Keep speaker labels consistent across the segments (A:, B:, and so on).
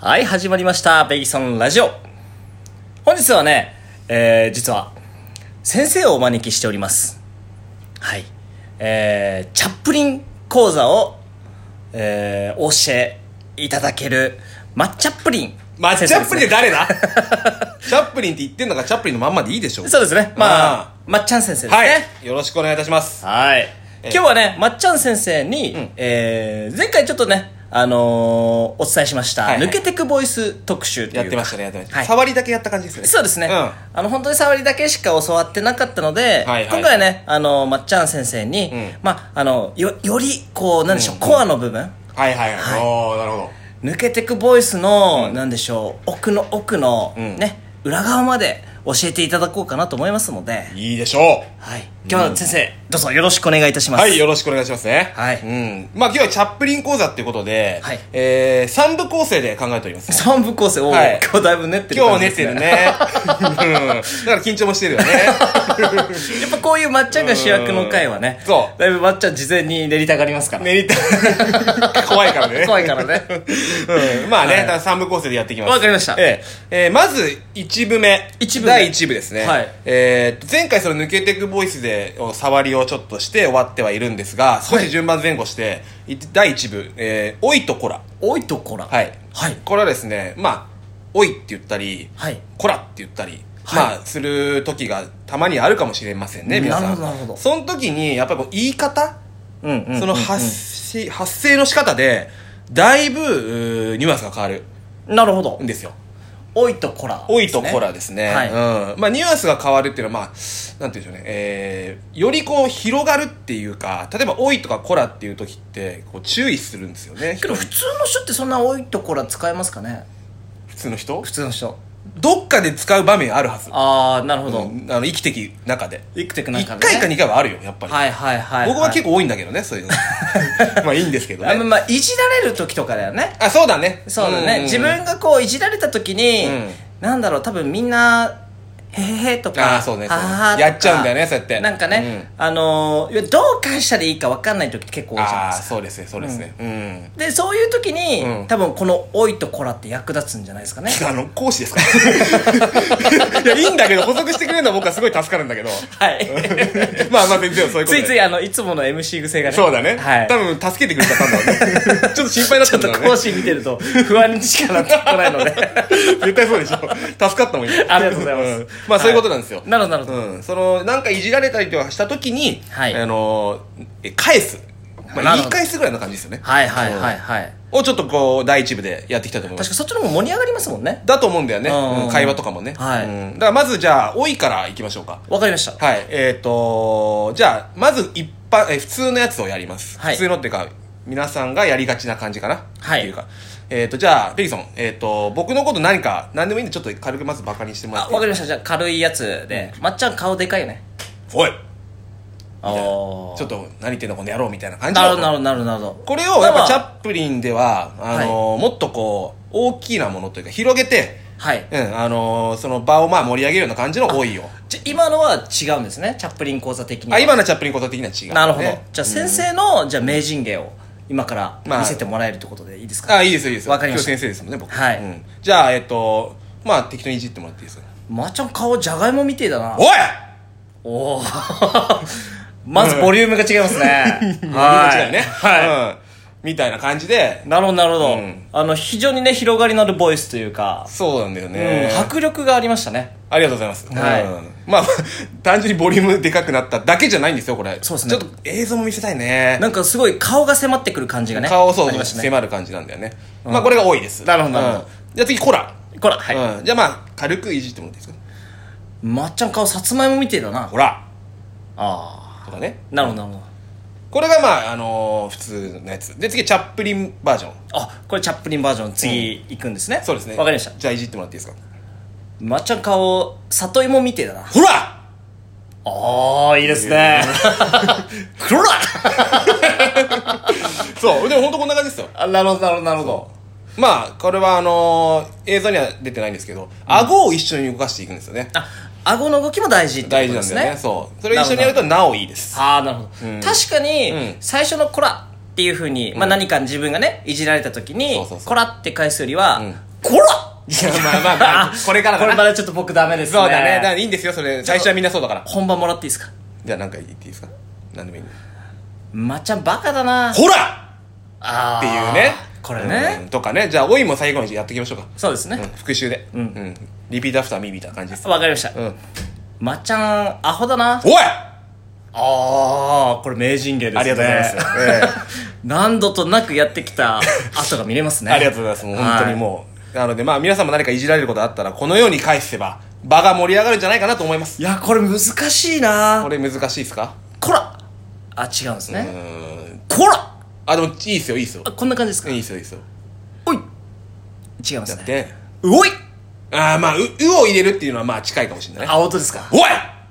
A: はい、始まりました。ベギソンラジオ。本日はね、えー、実は、先生をお招きしております。はい。えー、チャップリン講座を、えー、お教えいただける、マッチャップリン先生ですね。
B: まあ、チャップリンって誰だチャップリンって言ってんのがチャップリンのまんまでいいでしょ
A: そうですね。まあ、
B: あ
A: まっちゃん先生です
B: はい
A: ね。。
B: よろしくお願いいたします。
A: はい。
B: え
A: 今日はね、まっちゃん先生に、えー、前回ちょっとね、あのー、お伝えしました、
B: はいはい
A: 抜けてくボイス特集というか
B: やってましたね、やってました。
A: はい
B: 触りだけやった感じですね。
A: そうですね、
B: うん
A: あの本当に触りだけしか教わってなかったので、
B: はいはい
A: 今回はねあのまっちゃん先生に、
B: ん
A: まああのよよりこうなんでしょう、コアの部分
B: はいはいはい。おー、なるほど。
A: 抜けてくボイスの、なんでしょう奥の奥の、
B: ん
A: ね裏側まで教えていただこうかなと思いますので、
B: いいでしょ
A: はい、今日は先生、どうぞよろしくお願いいたし
B: う。
A: ます
B: はい、よろしくお願いしますね。
A: はい
B: うん。まあ、今日はチャップリン講座っていうことで、
A: はい
B: えー、三部構成で考えております。
A: 三部構成を、
B: はい
A: 今日だいぶ練ってる
B: 今
A: 感
B: 日
A: じです、ね、
B: 寝てるね。うんだから緊張もしてるよ ね。
A: やっぱこういうまっちゃんが主役の回はね
B: うんそう
A: だいぶまっちゃん事前に練りたがりますから、
B: 寝りた い。怖いからね。
A: 怖いからね
B: うんまあね、だから三部構成でやっていきます。
A: わかりました
B: えええーまず、一部目。
A: 一部目
B: 第一部ですね。
A: はい
B: えー前回その抜けてくボイスで、お触りをちょっとして終わってはいるんですが、少し順番前後して、い第一部、えー、おいとこら。
A: おいとこら
B: はい。
A: はい
B: これはですね、まあ、おいって言ったり、
A: はい
B: こらって言ったり、
A: はい
B: まあ、する時がたまにあるかもしれませんね、皆さん。
A: なるほどなるほど
B: その時に、やっぱりこう言い方
A: うんうんうんうん
B: その発し発声の仕方で、だいぶ、うーニュアンスが変わる
A: なるほど
B: んですよ。
A: おいとこら、
B: 多いとこらですね。
A: はい
B: うん。まあ、ニュアンスが変わるっていうのは、まあ、なんて言うんでしょうね。えー、よりこう、広がるっていうか、例えば、多いとかこらっていう時って、こう、注意するんですよね。
A: けど普通の人ってそんなおいとこら使えますかね
B: 普通の人
A: 普通の人
B: どっかで使う場面あるはず。
A: ああなるほど、
B: うんあの、生きてき中で。
A: いくてくなん
B: 一
A: か、ね、
B: 回か二回はあるよ、やっぱり。
A: はいはいはいい、
B: 僕は結構多いんだけどね、そういうの。まあ、いいんですけど
A: あまあ
B: ね。
A: まあいじられる時とかだよね
B: あ、そうだね。
A: そうだ
B: んん
A: ね、
B: ん
A: 自分がこういじられた時に、
B: うん
A: なんだろう多分みんなへへへとか
B: あーそうねそうね
A: ははとか
B: やっちゃうんだよねそうやって
A: なんかね、あのーどう返したらいいか分かんない時結構多いじゃない
B: あ
A: で
B: あ
A: すか
B: そうですねそうですねうん、
A: でそういう時に、
B: うん
A: 多分この「おいとこら」って役立つんじゃないですかね
B: あの講師ですか いやいいんだけど補足してくれるのは僕はすごい助かるんだけど
A: はい
B: まあまあ全然そういうこと
A: つ
B: で
A: いついあのいつもの MC 癖がね
B: そうだね、
A: はい
B: 多分助けてくれちゃったんだろ うねちょっと心配だっ
A: ちょ
B: た
A: っ
B: んだ
A: と
B: ろ
A: 講
B: うね
A: 師見てると不安にしかなってこないので
B: 絶対そうでしょ助かったもん今
A: ありがとうございます
B: んまあそういうことなんですよ、
A: なるほどなるほど、
B: うん、そのなんかいじられたりとかした時に、
A: はい
B: あのえ返す、ま
A: な
B: あ、
A: るほど
B: 言い返すぐらいの感じですよね
A: はいはいはいはい
B: をちょっとこう第一部でやっていきたいと思います
A: 確かそっちの方が盛り上がりますもんね
B: だと思うんだよね、
A: うん
B: うん会話とかもね、
A: はい
B: うんだからまずじゃあ多いからいきましょうか
A: わかりました
B: はいえっ、とじゃあまず一般えー普通のやつをやります、
A: はい
B: 普通のっていうか皆さんがやりがちな感じかな
A: はい
B: っていうかえっ、とじゃあペギソンえっ、と僕のこと何か何でもいいんでちょっと軽くまずバカにしてもら
A: あ
B: って
A: わかりましたじゃあ軽いやつで、まっちゃん顔でかいね
B: おい
A: ああ
B: ちょっと何言ってんのこの野郎みたいな感じ
A: なるほどなる
B: る
A: ほどなるほどなるほど
B: これをやっ
A: まあま
B: ぱ
A: あ
B: チャップリンではあのーもっとこう大きなものというか広げて
A: はい
B: うんあのーその場をまあ盛り上げるような感じの多いよ
A: じゃ今のは違うんですねチャップリン講座的には
B: あ今のチャップリンこと的には違う、
A: なるほど、
B: ね
A: じゃあ先生の、じゃあ名人芸を今から
B: まあ
A: 見せてもらえるってことでいいですか、
B: あいいですよいいですよ
A: わかりました
B: 今日先生ですもんね僕
A: はい
B: うんじゃあえっとまあ適当にいじってもらっていいですか
A: まーちゃん顔じゃがいもみてえだな
B: おい
A: おお まずボリュームが違いますね
B: 間違いね
A: はい、
B: うんみたいな感じで
A: なるほどなるほど、
B: うん
A: あの非常にね広がりのあるボイスというか、
B: そうなんだよ
A: う
B: ね
A: ん、迫力がありましたね
B: ありがとうございます
A: はい
B: うんまあ 単純にボリュームでかくなっただけじゃないんですよこれ
A: そうですね
B: ちょっと映像も見せたいね
A: なんかすごい顔が迫ってくる感じがね
B: 顔そう
A: ありましたね
B: 迫る感じなんだよねまあこれが多いです
A: なるほどなるほど
B: うんじゃあ次コラ
A: こらはい、
B: うんじゃあまあ軽くいじってもらっていいですか
A: まっちゃん顔さつまいもみてえだな
B: コラ
A: あ
B: とかね
A: あなるほどなるほど
B: これがまああのー普通のやつで次チャップリンバージョン
A: あこれチャップリンバージョン次行くんですね、
B: そうですね。
A: わかりました
B: じゃあいじってもらっていいですか。
A: まっちゃん顔里芋みてえだな
B: ほら
A: ああいいですね こら
B: そう。でも本当こんな感じですよ。
A: あなるほどなるほどなるほど
B: まあ、これはあのー映像には出てないんですけど、顎を一緒に動かしていくんですよね。
A: あ顎の動きも大事ってことで
B: 大事なん
A: す
B: だよ
A: ね
B: ね。そう。それを一緒にやるとなおいいです。
A: ああなるほど、確かに、
B: うん
A: 最初の「こら」っていうふうに、まあ、何か自分がねいじられた時に
B: そうそうそう
A: こら」って返すよりは、
B: ん
A: こら
B: いや、まあまあ まあ、これから
A: こ
B: か
A: れま
B: な。
A: だちょっと僕ダメですね。
B: そうだね。だからいいんですよ、それ。最初はみんなそうだから。
A: 本番もらっていいですか
B: じゃあなんか言っていいですか何でもいいんで
A: まっちゃんバカだな
B: ほら
A: あー
B: っていうね。
A: これね
B: う。ん。とかね。じゃあ、おいも最後にやっていきましょうか。
A: そうですね
B: うん。復習で。うん。うん。リピートアフターミーみたいな感じです。
A: わかりました。
B: うん。
A: まっちゃん、アホだな。あ
B: おい
A: あー、これ名人芸ですね。
B: ありがとうございます。ええ
A: 何度となくやってき た後が見れますね。
B: ありがとうございます。もう本当にもう。なので、まあ皆さんも何かいじられることあったら、このように返せば、場が盛り上がるんじゃないかなと思います。
A: いや、これ難しいな
B: これ難しいですか
A: こらあ、違うんです
B: う
A: ね。
B: ーん。
A: こら
B: あ、でもいいっすよ、いいっすよ
A: あ。こんな感じです
B: う
A: か
B: んいいっすよ、いいっすよ。
A: おい違います
B: だっ
A: ね。
B: て、
A: うおい
B: ああ、まあ、う、うを入れるっていうのはまあ近いかもしれないね。
A: あ、本当ですか
B: おい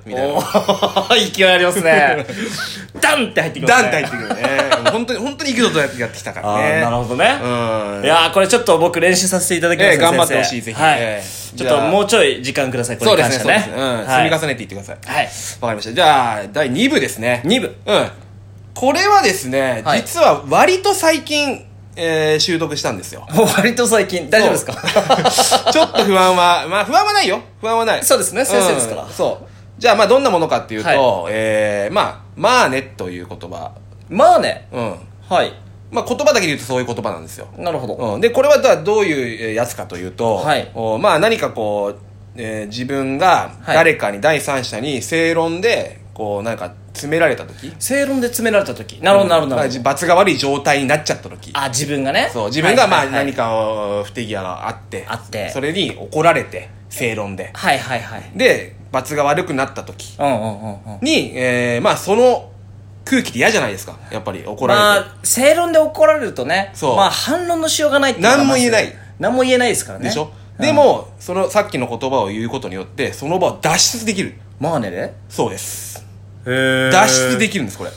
B: みたい
A: お
B: な。
A: ー勢いありますね。 ダンって入ってきます
B: ダ
A: ね。
B: ンって入ってくるね。もう本当に、本当に幾度とやってやってきたから
A: あ
B: ね。
A: ーなるほどね。
B: うん
A: いやーこれちょっと僕練習させていただきます
B: ええ頑張って
A: 先生
B: ほしいぜひ
A: はい
B: ええ
A: ちょっともうちょい時間くださいこれ
B: そう
A: に
B: です
A: 関
B: ね、
A: して
B: そうで
A: は
B: すね。うん。
A: はい
B: 積み重ねていってください。
A: はい
B: わかりました。じゃあ、第2部ですね。
A: 2部
B: うん。これはですね、
A: はい
B: 実は割と最近、えー習得したんですよ。
A: もう割と最近大丈夫ですか
B: ちょっと不安は、まあ不安はないよ。不安はない。
A: そうですね先生ですから
B: うんそう。じゃあまあどんなものかっていうと、
A: は
B: えー、まあ、まあねという言葉。
A: まあね
B: うん。
A: はい
B: まあ言葉だけで言うとそういう言葉なんですよ。
A: なるほど、
B: うん、でこれはだどういうえーやつかというと、
A: はい
B: おまあ、何かこう、えー自分が
A: はい
B: 誰かに、第三者に正論でこうなんか詰められた時
A: 正論で詰められた時なるほどなるほどなるほど、
B: 罰が悪い状態になっちゃった時
A: あ自分がね
B: そう自分がまあ何
A: か
B: かを不手際があって
A: あって
B: それに怒られて正論で
A: はいはいはい
B: で罰が悪くなった時
A: うんうんうんうん
B: に、えーまあ、その空気って嫌じゃないですかやっぱり怒られて、
A: まあ正論で怒られるとね
B: そう
A: まあ反論のしようがないっていうのが
B: 何も言えない
A: まず何も言えないですからね
B: でしょ、でもそのさっきの言葉を言うことによってその場を脱出できる
A: まあねで
B: そうです脱
A: 脱
B: 出で
A: き
B: きるんですこれ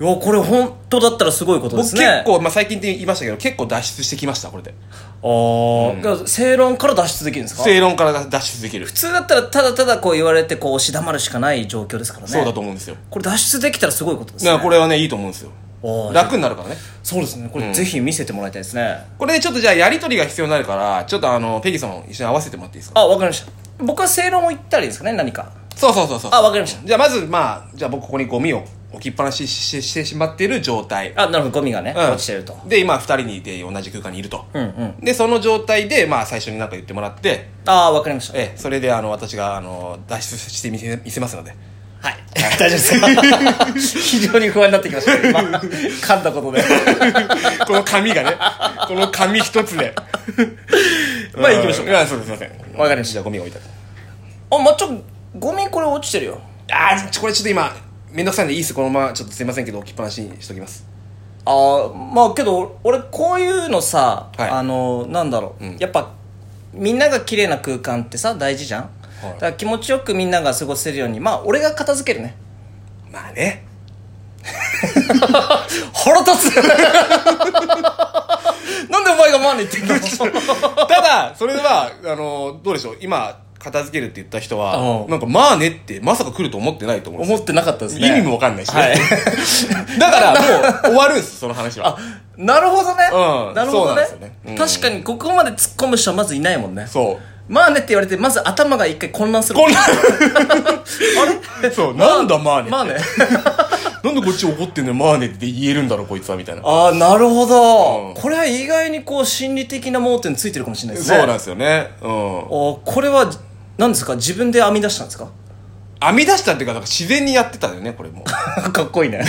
A: いやこれ本当だったらすごいことで
B: 僕
A: す
B: 結
A: ね
B: 構、まあ、最近って言いましたけど結構脱出してきましたこれで
A: ああ、だから正論から脱出できるんですか
B: 正論から脱出できる、
A: 普通だったらただただこう言われてこう押し黙るしかない状況ですからね
B: そうだと思うんですよ
A: これ脱出できたらすごいことです
B: だから
A: ね
B: これはねいいと思うんですよ
A: おー
B: 楽になるからね
A: そうですねこれぜひ見せてもらいたいですね、
B: これでちょっとじゃあやりとりが必要になるからちょっとあのペギソン一緒に合わせてもらっていいですか
A: あわかりました僕は正論を言ったらいいですかね何か
B: そうそうそうそう
A: あわかりました
B: じゃあまずまあじゃあ僕ここにゴミを置きっぱなししししてしまっている状態
A: あなるほどゴミがね、
B: うん
A: 落ちてると
B: で今二人にいて同じ空間にいると、
A: うんうん
B: でその状態でまあ最初に何か言ってもらって
A: ああわかりました
B: ええそれであの私があの脱出してみせ見せますので
A: はい大丈夫ですか非常に不安になってきま した今噛んだことで
B: この紙がね、 この紙一つで。
A: まあ行きましょう
B: いや、そうです、すいません。
A: わかりました
B: じゃあゴミ置いた。
A: あまっちゃんゴミこれ落ちてるよ
B: あー、ちょこれちょっと今、めんどくさいんでいいっす。このまま、ちょっとすいませんけど、置きっぱなしにしときます。
A: ああまあけど俺こういうのさ、
B: はい
A: あのなんだろう、やっぱみんなが綺麗な空間ってさ大事じゃん、
B: い
A: だから気持ちよくみんなが過ごせるようにまあ俺が片付けるね
B: まあね。
A: 腹 立つなんでお前がマネ言ってんの
B: ただ、それは、あの、どうでしょう。今、片付けるって言った人は
A: う、ん
B: なんか、まあねって、まさか来ると思ってないと思うんですよ
A: 思ってなかったですね
B: 意味もわかんないしね
A: はい、
B: だから、もう、終わるんです、その話は。
A: なるほどね、
B: うん
A: なるほ
B: そ
A: ど
B: うなんで
A: ね
B: すよねうん
A: 確かにここまで突っ込む人はまずいないもんね
B: そう。
A: まあねって言われてまず頭が一回混乱する
B: こんな、 そう、なんだまあね。
A: まあね
B: なんでこっち怒ってんのよまあねって言えるんだろう、こいつは、みたい な。
A: ああなるほど、
B: うん
A: これは意外にこう心理的な盲点ついてるかもしれないです
B: そ
A: ね
B: うなんですよね。うん。
A: おこれは何ですか自分で編み出したんですか
B: 編み出したっていうか、なんか自然にやってたよね、これ もう。
A: かっこ いいね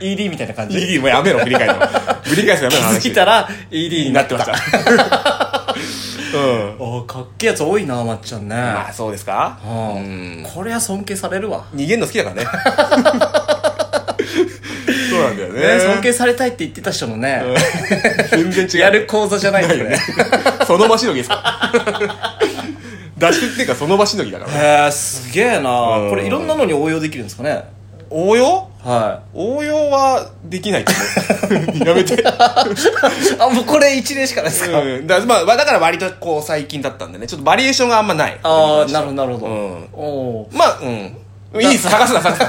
A: ED みたいな感じ
B: ED もうやめろ、振り返るの。振り返す
A: 気
B: のやめろ、話
A: づいたら ED に
B: に
A: な
B: な
A: っ
B: って
A: て
B: ま
A: ま
B: し
A: した
B: た。 うん。
A: おかっけえやつ多いなまっちゃんね、
B: まあ、そうですかう
A: うん
B: ん。
A: これは尊敬されるわ、
B: 逃げんの好きだからね。そうなんだよ
A: ね、尊
B: ね。
A: 敬されたいって言ってた人のね、
B: 全然違う。
A: やる講座じゃないんだよね
B: その場しのぎですか脱出っていうか、その場しのぎだから。
A: へえすげえな、
B: うん
A: これいろんなのに応用できるんですかね
B: 応用
A: は
B: 応用はできないと思う。やめ て。
A: いあもうこれ一例しかないですか、
B: うん、だまあ、だから割とこう最近だったんでねちょっとバリエーションがあんまない
A: ああなるほどなるほど、
B: うん
A: おお
B: まあうんいいです探すな探すな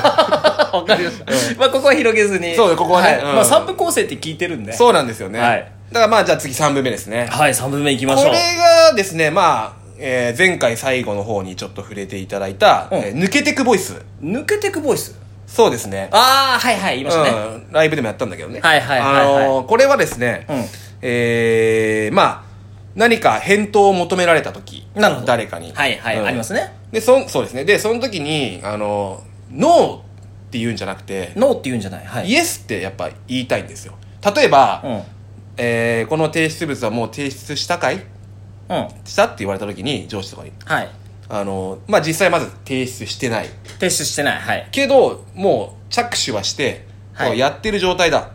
A: わかりました。まあ、ここは広げずに。
B: そうだここはね
A: い
B: うん
A: まあ、3部構成って聞いてるんで。
B: そうなんですよね、
A: はい
B: だからまあじゃあ次3分目ですね。
A: はい、3分目いきま
B: こ
A: しょ
B: れ
A: う。
B: がですね、まあ、えー前回最後の方にちょっと触れていただいた、
A: うん
B: えー抜けてくボイス。
A: 抜けてくボイス
B: そうですね。
A: ああ、はいはい、言いましたね。
B: うん、ライブでもやったんだけどね。
A: はいはいはいはい
B: あのーこれはですね、
A: うん
B: えーまあ、何か返答を求められた時
A: なるほど
B: 誰かに。
A: はいはい、
B: うん
A: ありますね。
B: で、そん、そうですね。で、その時に、あのーノーって言うんじゃなくて、
A: ノーって言うんじゃない。はい。
B: イエスってやっぱ言いたいんですよ。例えば、
A: うん。うん。
B: えーこの提出物はもう提出したかいしたって言われた時に、上司とかに。
A: はい。
B: あのーまあ、実際まず提出してない。
A: 撤収してない。はい。
B: けど、もう着手はして、
A: はい
B: もうやってる状態だ。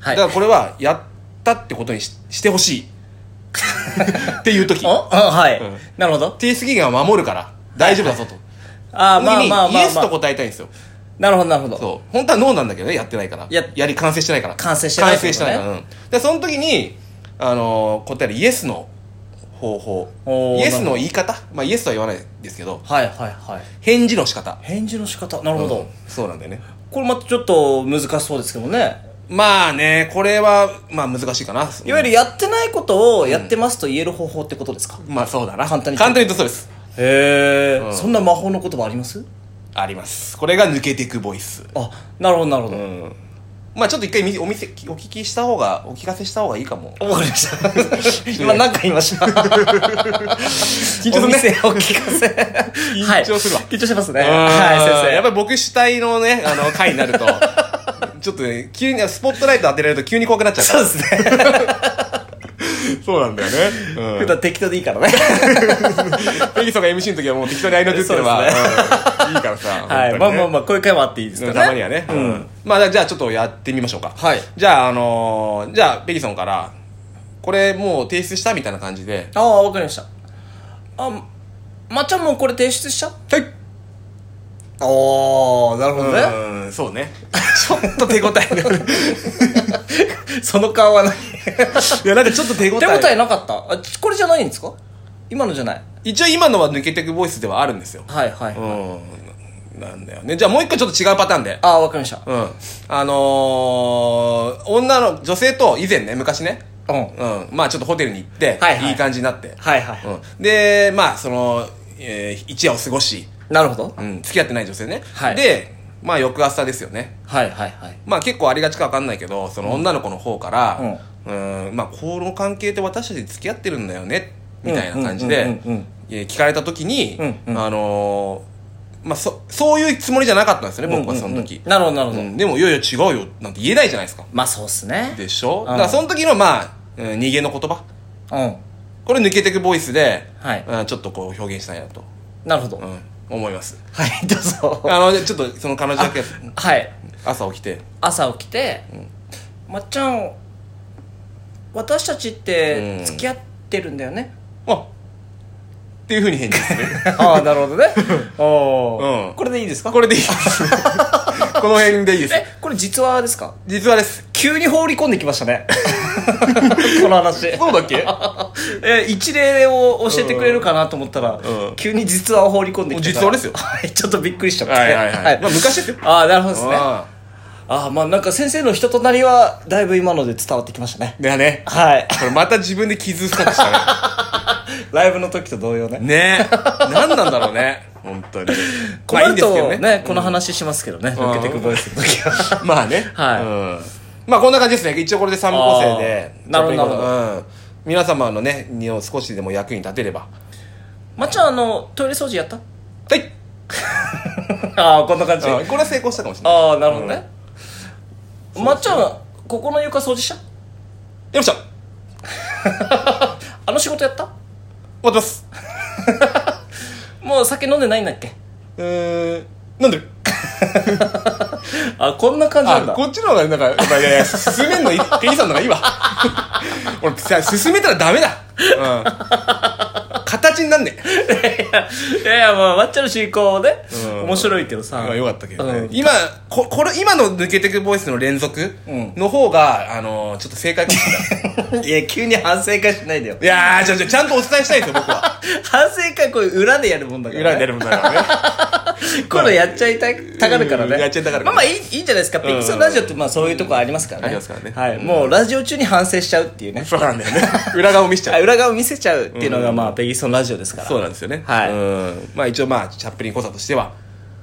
A: はい。
B: だからこれはやったってことにししてほ しいっていう時
A: おうん、はい、
B: うん
A: なるほど。
B: 提出期限は守るから大丈夫だぞと、
A: ああ、まあ
B: 時に
A: まあまあ、まあ。
B: イエスと答えたいんですよ
A: なるほど、なるほど。
B: そう本当はノーなんだけどねやってないから
A: や
B: り完成してないから
A: 完成してない
B: 完成してないから、
A: っ
B: うんでその時に、あのー答えるイエスの方法
A: おー
B: イエス
A: なるほ
B: の
A: ど
B: 言い方、まあ、イエスとは言わないですけど
A: はいはいはい。
B: 返事の仕方
A: 返事の仕方。なるほど。
B: うんそうなんだよね
A: これまたちょっと難しそうですけどね。
B: まあねこれはまあ難しいかない
A: わゆるやってないことをやってますと言える方法ってことですか、
B: まあそうだな
A: 簡単に
B: 簡単に言うとそうです
A: へえ、
B: うん
A: そんな魔法の言葉あります
B: ありますこれが抜けていくボイス
A: あ、なるほどなるほど。
B: うんまあちょっと一回みお見せお聞きした方がお聞かせした方がいいかも
A: わかりま した。今何か言いました。緊
B: 張するね
A: お店を聞か せ。緊
B: 張するわ
A: 緊張しますね。
B: うん
A: はい、先生。
B: やっぱり僕主体のね あの回になるとちょっとね急にスポットライト当てられると急に怖くなっちゃ う
A: そうですね。
B: そうなんだよね、
A: 普段適当でいいからね。
B: ペギソンが MC の時はもう適当に合いの手ってれば、
A: そうで
B: うんいいから さ、
A: はい。
B: 本
A: ま
B: 当
A: あ
B: にね
A: まあまあ、こういう回もあっていいですか
B: うん
A: らね。
B: たまにはね、
A: う
B: うんん。まあじゃあちょっとやってみましょうか
A: はい
B: じゃああのーじゃあペギソンからこれもう提出したみたいな感じで
A: ああ、わかりました。あ、まっちゃんもうこれ提出しちゃ
B: はい
A: ああ、なるほ
B: うんそうね ちょっと手応えが
A: その顔はない。
B: いや、なんかちょっと手応え。
A: 手応えなかった。あ、ちこれじゃないんですか今のじゃない。
B: 一応今のは抜けてくボイスではあるんですよ。
A: はいはい。
B: うん。なんだよね。じゃあもう一個ちょっと違うパターンで。
A: ああ、わかりました。
B: うん。あのー、女の、女性と以前ね、昔ね。
A: うん。
B: うん。まあちょっとホテルに行って、
A: はい
B: い
A: はい
B: 感じになって。
A: はいはい。
B: うん。で、まあその、えー一夜を過ごし、
A: なるほど。
B: うん、付き合ってない女性ね。
A: はい
B: で、まあ翌朝ですよね。
A: はいはいはい。
B: まあ結構ありがちかわかんないけど、その女の子の方から、うん、まあこの関係って私たち付き合ってるんだよね、みたいな感じ
A: うんうん
B: で
A: うんうんうん、
B: えー聞かれた時に、
A: うんうん
B: あのーまあそ、そういうつもりじゃなかったんですよね、僕はその時
A: うんうんうん。なるほどなるほ
B: う
A: ど。
B: んでも、いやいや違うよ、なんて言えないじゃないですか。
A: まあそうっすね。
B: でしょ
A: ん
B: だからその時の、まあ、うん逃げの言葉。
A: うん。
B: これ抜けてくボイスで、
A: はい
B: うんちょっとこう表現したいなと、
A: なるほど。
B: うん、思います。
A: はい、どうぞ。
B: あの、ちょっとその彼女だけ
A: はい。
B: 朝起きて、
A: 朝起きて、まっちゃん、私たちって
B: うん
A: 付き合ってるんだよね。
B: あっていうふうに返事する。
A: ああ、なるほどね。お
B: う
A: お。
B: ん
A: これでいいですか
B: これでいいです。この辺でいいです。
A: え、これ実話ですか
B: 実話です。
A: 急に放り込んできましたね。 この話。
B: そうだっけ
A: え、一例を教えてくれるかなと思ったら
B: う、ん
A: 急に実話を放り込んできて。
B: 実話ですよ
A: はい、ちょっとびっくりしちゃって。
B: はいはいはい。まあ昔ですよ。
A: ああ、なるほどですね。
B: あ
A: ああまあなんか先生の人となりはだいぶ今ので伝わってきましたね
B: あ。だね。
A: はい
B: これまた自分で傷深くした
A: ライブの時と同様ね
B: ね。ね何なんだろうね。本当に。
A: 困ると
B: まあいいん
A: ね,、
B: ですけどね
A: この話しますけどね、
B: ん
A: 抜けてくボイスの時は
B: まあね。
A: はい
B: うん。まあこんな感じですね。一応これで3部構成で
A: あ。ーなるほど
B: ちょっと
A: なるほ
B: うん。皆様のね、にを少しでも役に立てれば。
A: まっちゃんあのトイレ掃除やった
B: はい。
A: ああこんな感じあ
B: あこれは成功したかもしれない。
A: あなるほどね、まっちゃんここの床掃除した
B: よっしゃ終
A: あの仕事やった
B: わってます。
A: もう酒飲んでないんだっけ
B: うーん。なんで
A: あこんな感じなん
B: あ、
A: だ
B: こっちの方が、なんか、やっぱいやいや、進めんのいい、ペギさんの方がいいわ。 俺、さ、進めたらダメだ。うん。形になんね
A: いやいやまあまっちゃんの進行ね、
B: うん
A: 面白いけどさ
B: え。よかったけどね。
A: うん
B: 今、こ、これ、今の抜けてくボイスの連続
A: うん
B: の方が、あのー、ちょっと正解かもし れない。
A: いや急に反省会しないでよ
B: いやー、ちょ、ちょ、ちゃんとお伝えしたいですよ、僕は。
A: 反省会こういう裏でやるもんだから、ね、
B: 裏に出るもんだからね。
A: こういうのやっちゃいたたがるから
B: う
A: ね
B: んやっちゃいたがる
A: まあまあいいいいんじゃないですかピクソンラジオってまあそういうとこありますからね
B: ありますからね
A: はいもうラジオ中に反省しちゃうっていうね
B: そうなんだよね。裏側を見せち
A: あ
B: ゃう。
A: 裏側を見せちゃうっていうのがまあペギソンラジオですから
B: そうなんですよね。
A: はい
B: うん。まあ一応まあ、チャップリン講座としては、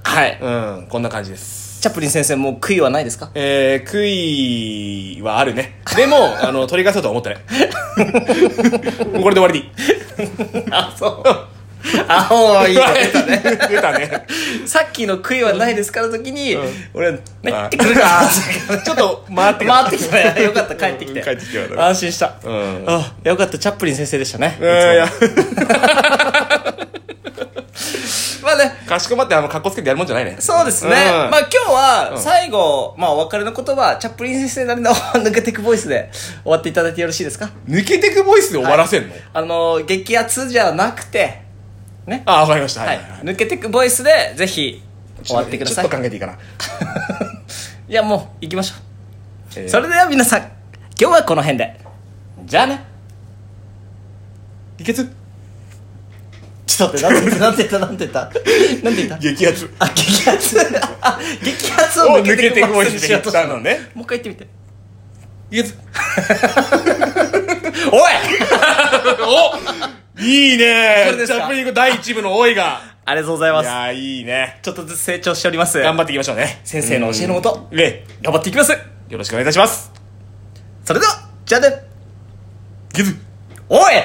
A: はい
B: うん、こんな感じです。
A: チャップリン先生もう悔いはないです か
B: えー、悔いはあるね。でも、あの、取り返そうとは思ってない。もうこれで終わりでいい。
A: あそうあおーいいね
B: たね。出たね。
A: さっきの悔いはないですからの時に、俺、め
B: は
A: っ
B: い
A: てくるか
B: ちょっと回って
A: 回ってきたね。よかった、帰ってきて。
B: うん帰ってきてよかった
A: 安心した。
B: うん
A: あ、よかった、チャップリン先生でしたね。
B: うん、いや、
A: まあね、
B: かしこまってあの、格好つけてやるもんじゃないね。
A: そうですね。
B: うん
A: まあ今日は、最後、まあお別れの言葉、チャップリン先生なりの抜けてくボイスで 終わっていただいてよろしいですか
B: 抜けてくボイスで終わらせんの
A: あの、激アツじゃなくて、ね。
B: あ、わかりました。は
A: はいい。。抜けてくボイスで、ぜひ、終わってください
B: ちょっと。考えていいかな。
A: いや、もう、行きましょう。
B: えー
A: それでは皆さん、今日はこの辺で。じゃあね。
B: いけつ
A: ちょっと待って、なんて言った、なんて言 った、なんて言った。なんて言った
B: 激アツ。
A: あ、激アツ。あ、激アツを
B: を
A: 抜
B: 抜
A: け
B: け
A: て
B: て
A: い
B: い
A: く
B: く
A: ボ
B: ボ
A: イ
B: イ
A: スに
B: スに
A: し
B: し
A: よう
B: よう
A: と
B: と
A: し
B: したた
A: の
B: の
A: ね
B: ね。
A: もう一回言ってみて。
B: いけつ
A: おい
B: おいいね
A: これですか
B: チャップリング第1部の多いが。
A: ありがとうござい
B: い
A: ます。
B: やー、いいね。
A: ちょっとずつ成長しております。
B: 頑張っていきましょうね。
A: 先生の教えのもと、
B: うんえ
A: 頑張っていきます。
B: えよろしくお願いいたします。
A: それでは、じゃあね。
B: いけつ
A: おい